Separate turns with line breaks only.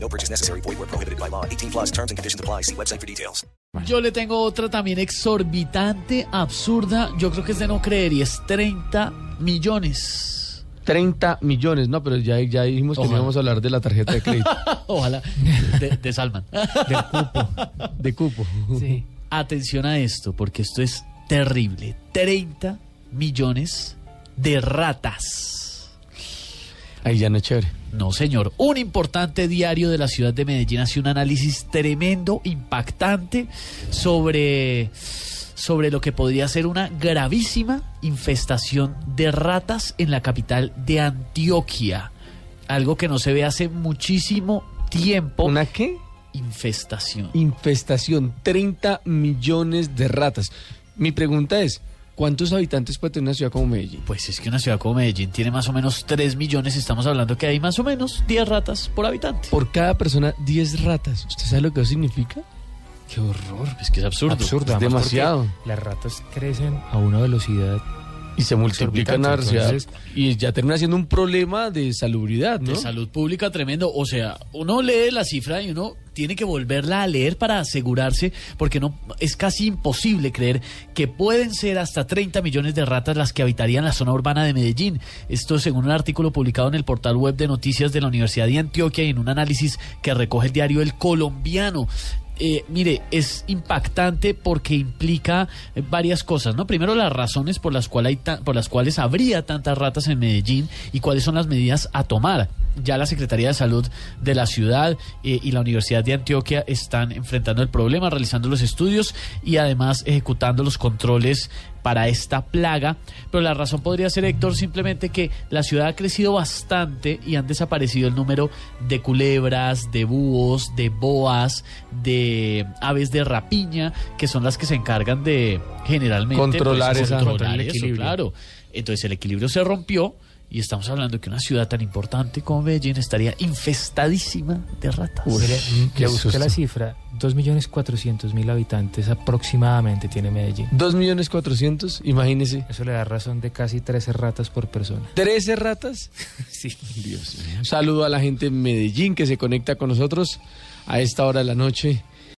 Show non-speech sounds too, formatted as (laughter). No purchase necessary. Void where prohibited by law. 18 plus terms and conditions apply. See website for details.
Yo le tengo otra también exorbitante, absurda. Yo creo que es de no creer y es 30 millones. (laughs)
30 millones, no, pero ya, ya dijimos que
Ojalá.
no íbamos a hablar de la tarjeta (laughs) de crédito,
Ojalá de, de Salman. (laughs)
del cupo, de cupo.
Atención a esto, porque esto es terrible. 30 millones de ratas.
Ahí ya no es chévere.
No, señor. Un importante diario de la ciudad de Medellín hace un análisis tremendo, impactante, sobre, sobre lo que podría ser una gravísima infestación de ratas en la capital de Antioquia. Algo que no se ve hace muchísimo tiempo.
¿Una qué?
infestación.
Infestación, 30 millones de ratas. Mi pregunta es, ¿cuántos habitantes puede tener una ciudad como Medellín?
Pues es que una ciudad como Medellín tiene más o menos 3 millones, estamos hablando que hay más o menos 10 ratas por habitante.
Por cada persona, 10 ratas. ¿Usted sabe lo que eso significa?
Qué horror, es que es absurdo.
absurdo.
Es
además,
demasiado.
porque Las ratas crecen a una velocidad.
Y se multiplican a la ciudad.
Entonces-
Y ya termina siendo un problema de salubridad, ¿no?
De salud pública tremendo. O sea, uno lee la cifra y uno tiene que volverla a leer para asegurarse, porque no es casi imposible creer que pueden ser hasta 30 millones de ratas las que habitarían la zona urbana de Medellín. Esto según un artículo publicado en el portal web de noticias de la Universidad de Antioquia y en un análisis que recoge el diario El Colombiano. Eh, mire, es impactante porque implica eh, varias cosas, ¿no? Primero, las razones por las, cual hay ta- por las cuales habría tantas ratas en Medellín y cuáles son las medidas a tomar. Ya la Secretaría de Salud de la ciudad eh, y la Universidad de Antioquia están enfrentando el problema, realizando los estudios y además ejecutando los controles para esta plaga. Pero la razón podría ser, Héctor, simplemente que la ciudad ha crecido bastante y han desaparecido el número de culebras, de búhos, de boas, de aves de rapiña, que son las que se encargan de generalmente pues,
Controlar esa-
controlar
controlar el
eso,
equilibrio.
claro. Entonces el equilibrio se rompió. Y estamos hablando que una ciudad tan importante como Medellín estaría infestadísima de ratas.
Mire, mm,
qué
le busqué la
susto.
cifra. 2.400.000 habitantes aproximadamente tiene Medellín.
2 millones 400, imagínese.
Eso le da razón de casi 13 ratas por persona.
13 ratas.
Sí.
Dios mío. Un saludo a la gente en Medellín que se conecta con nosotros a esta hora de la noche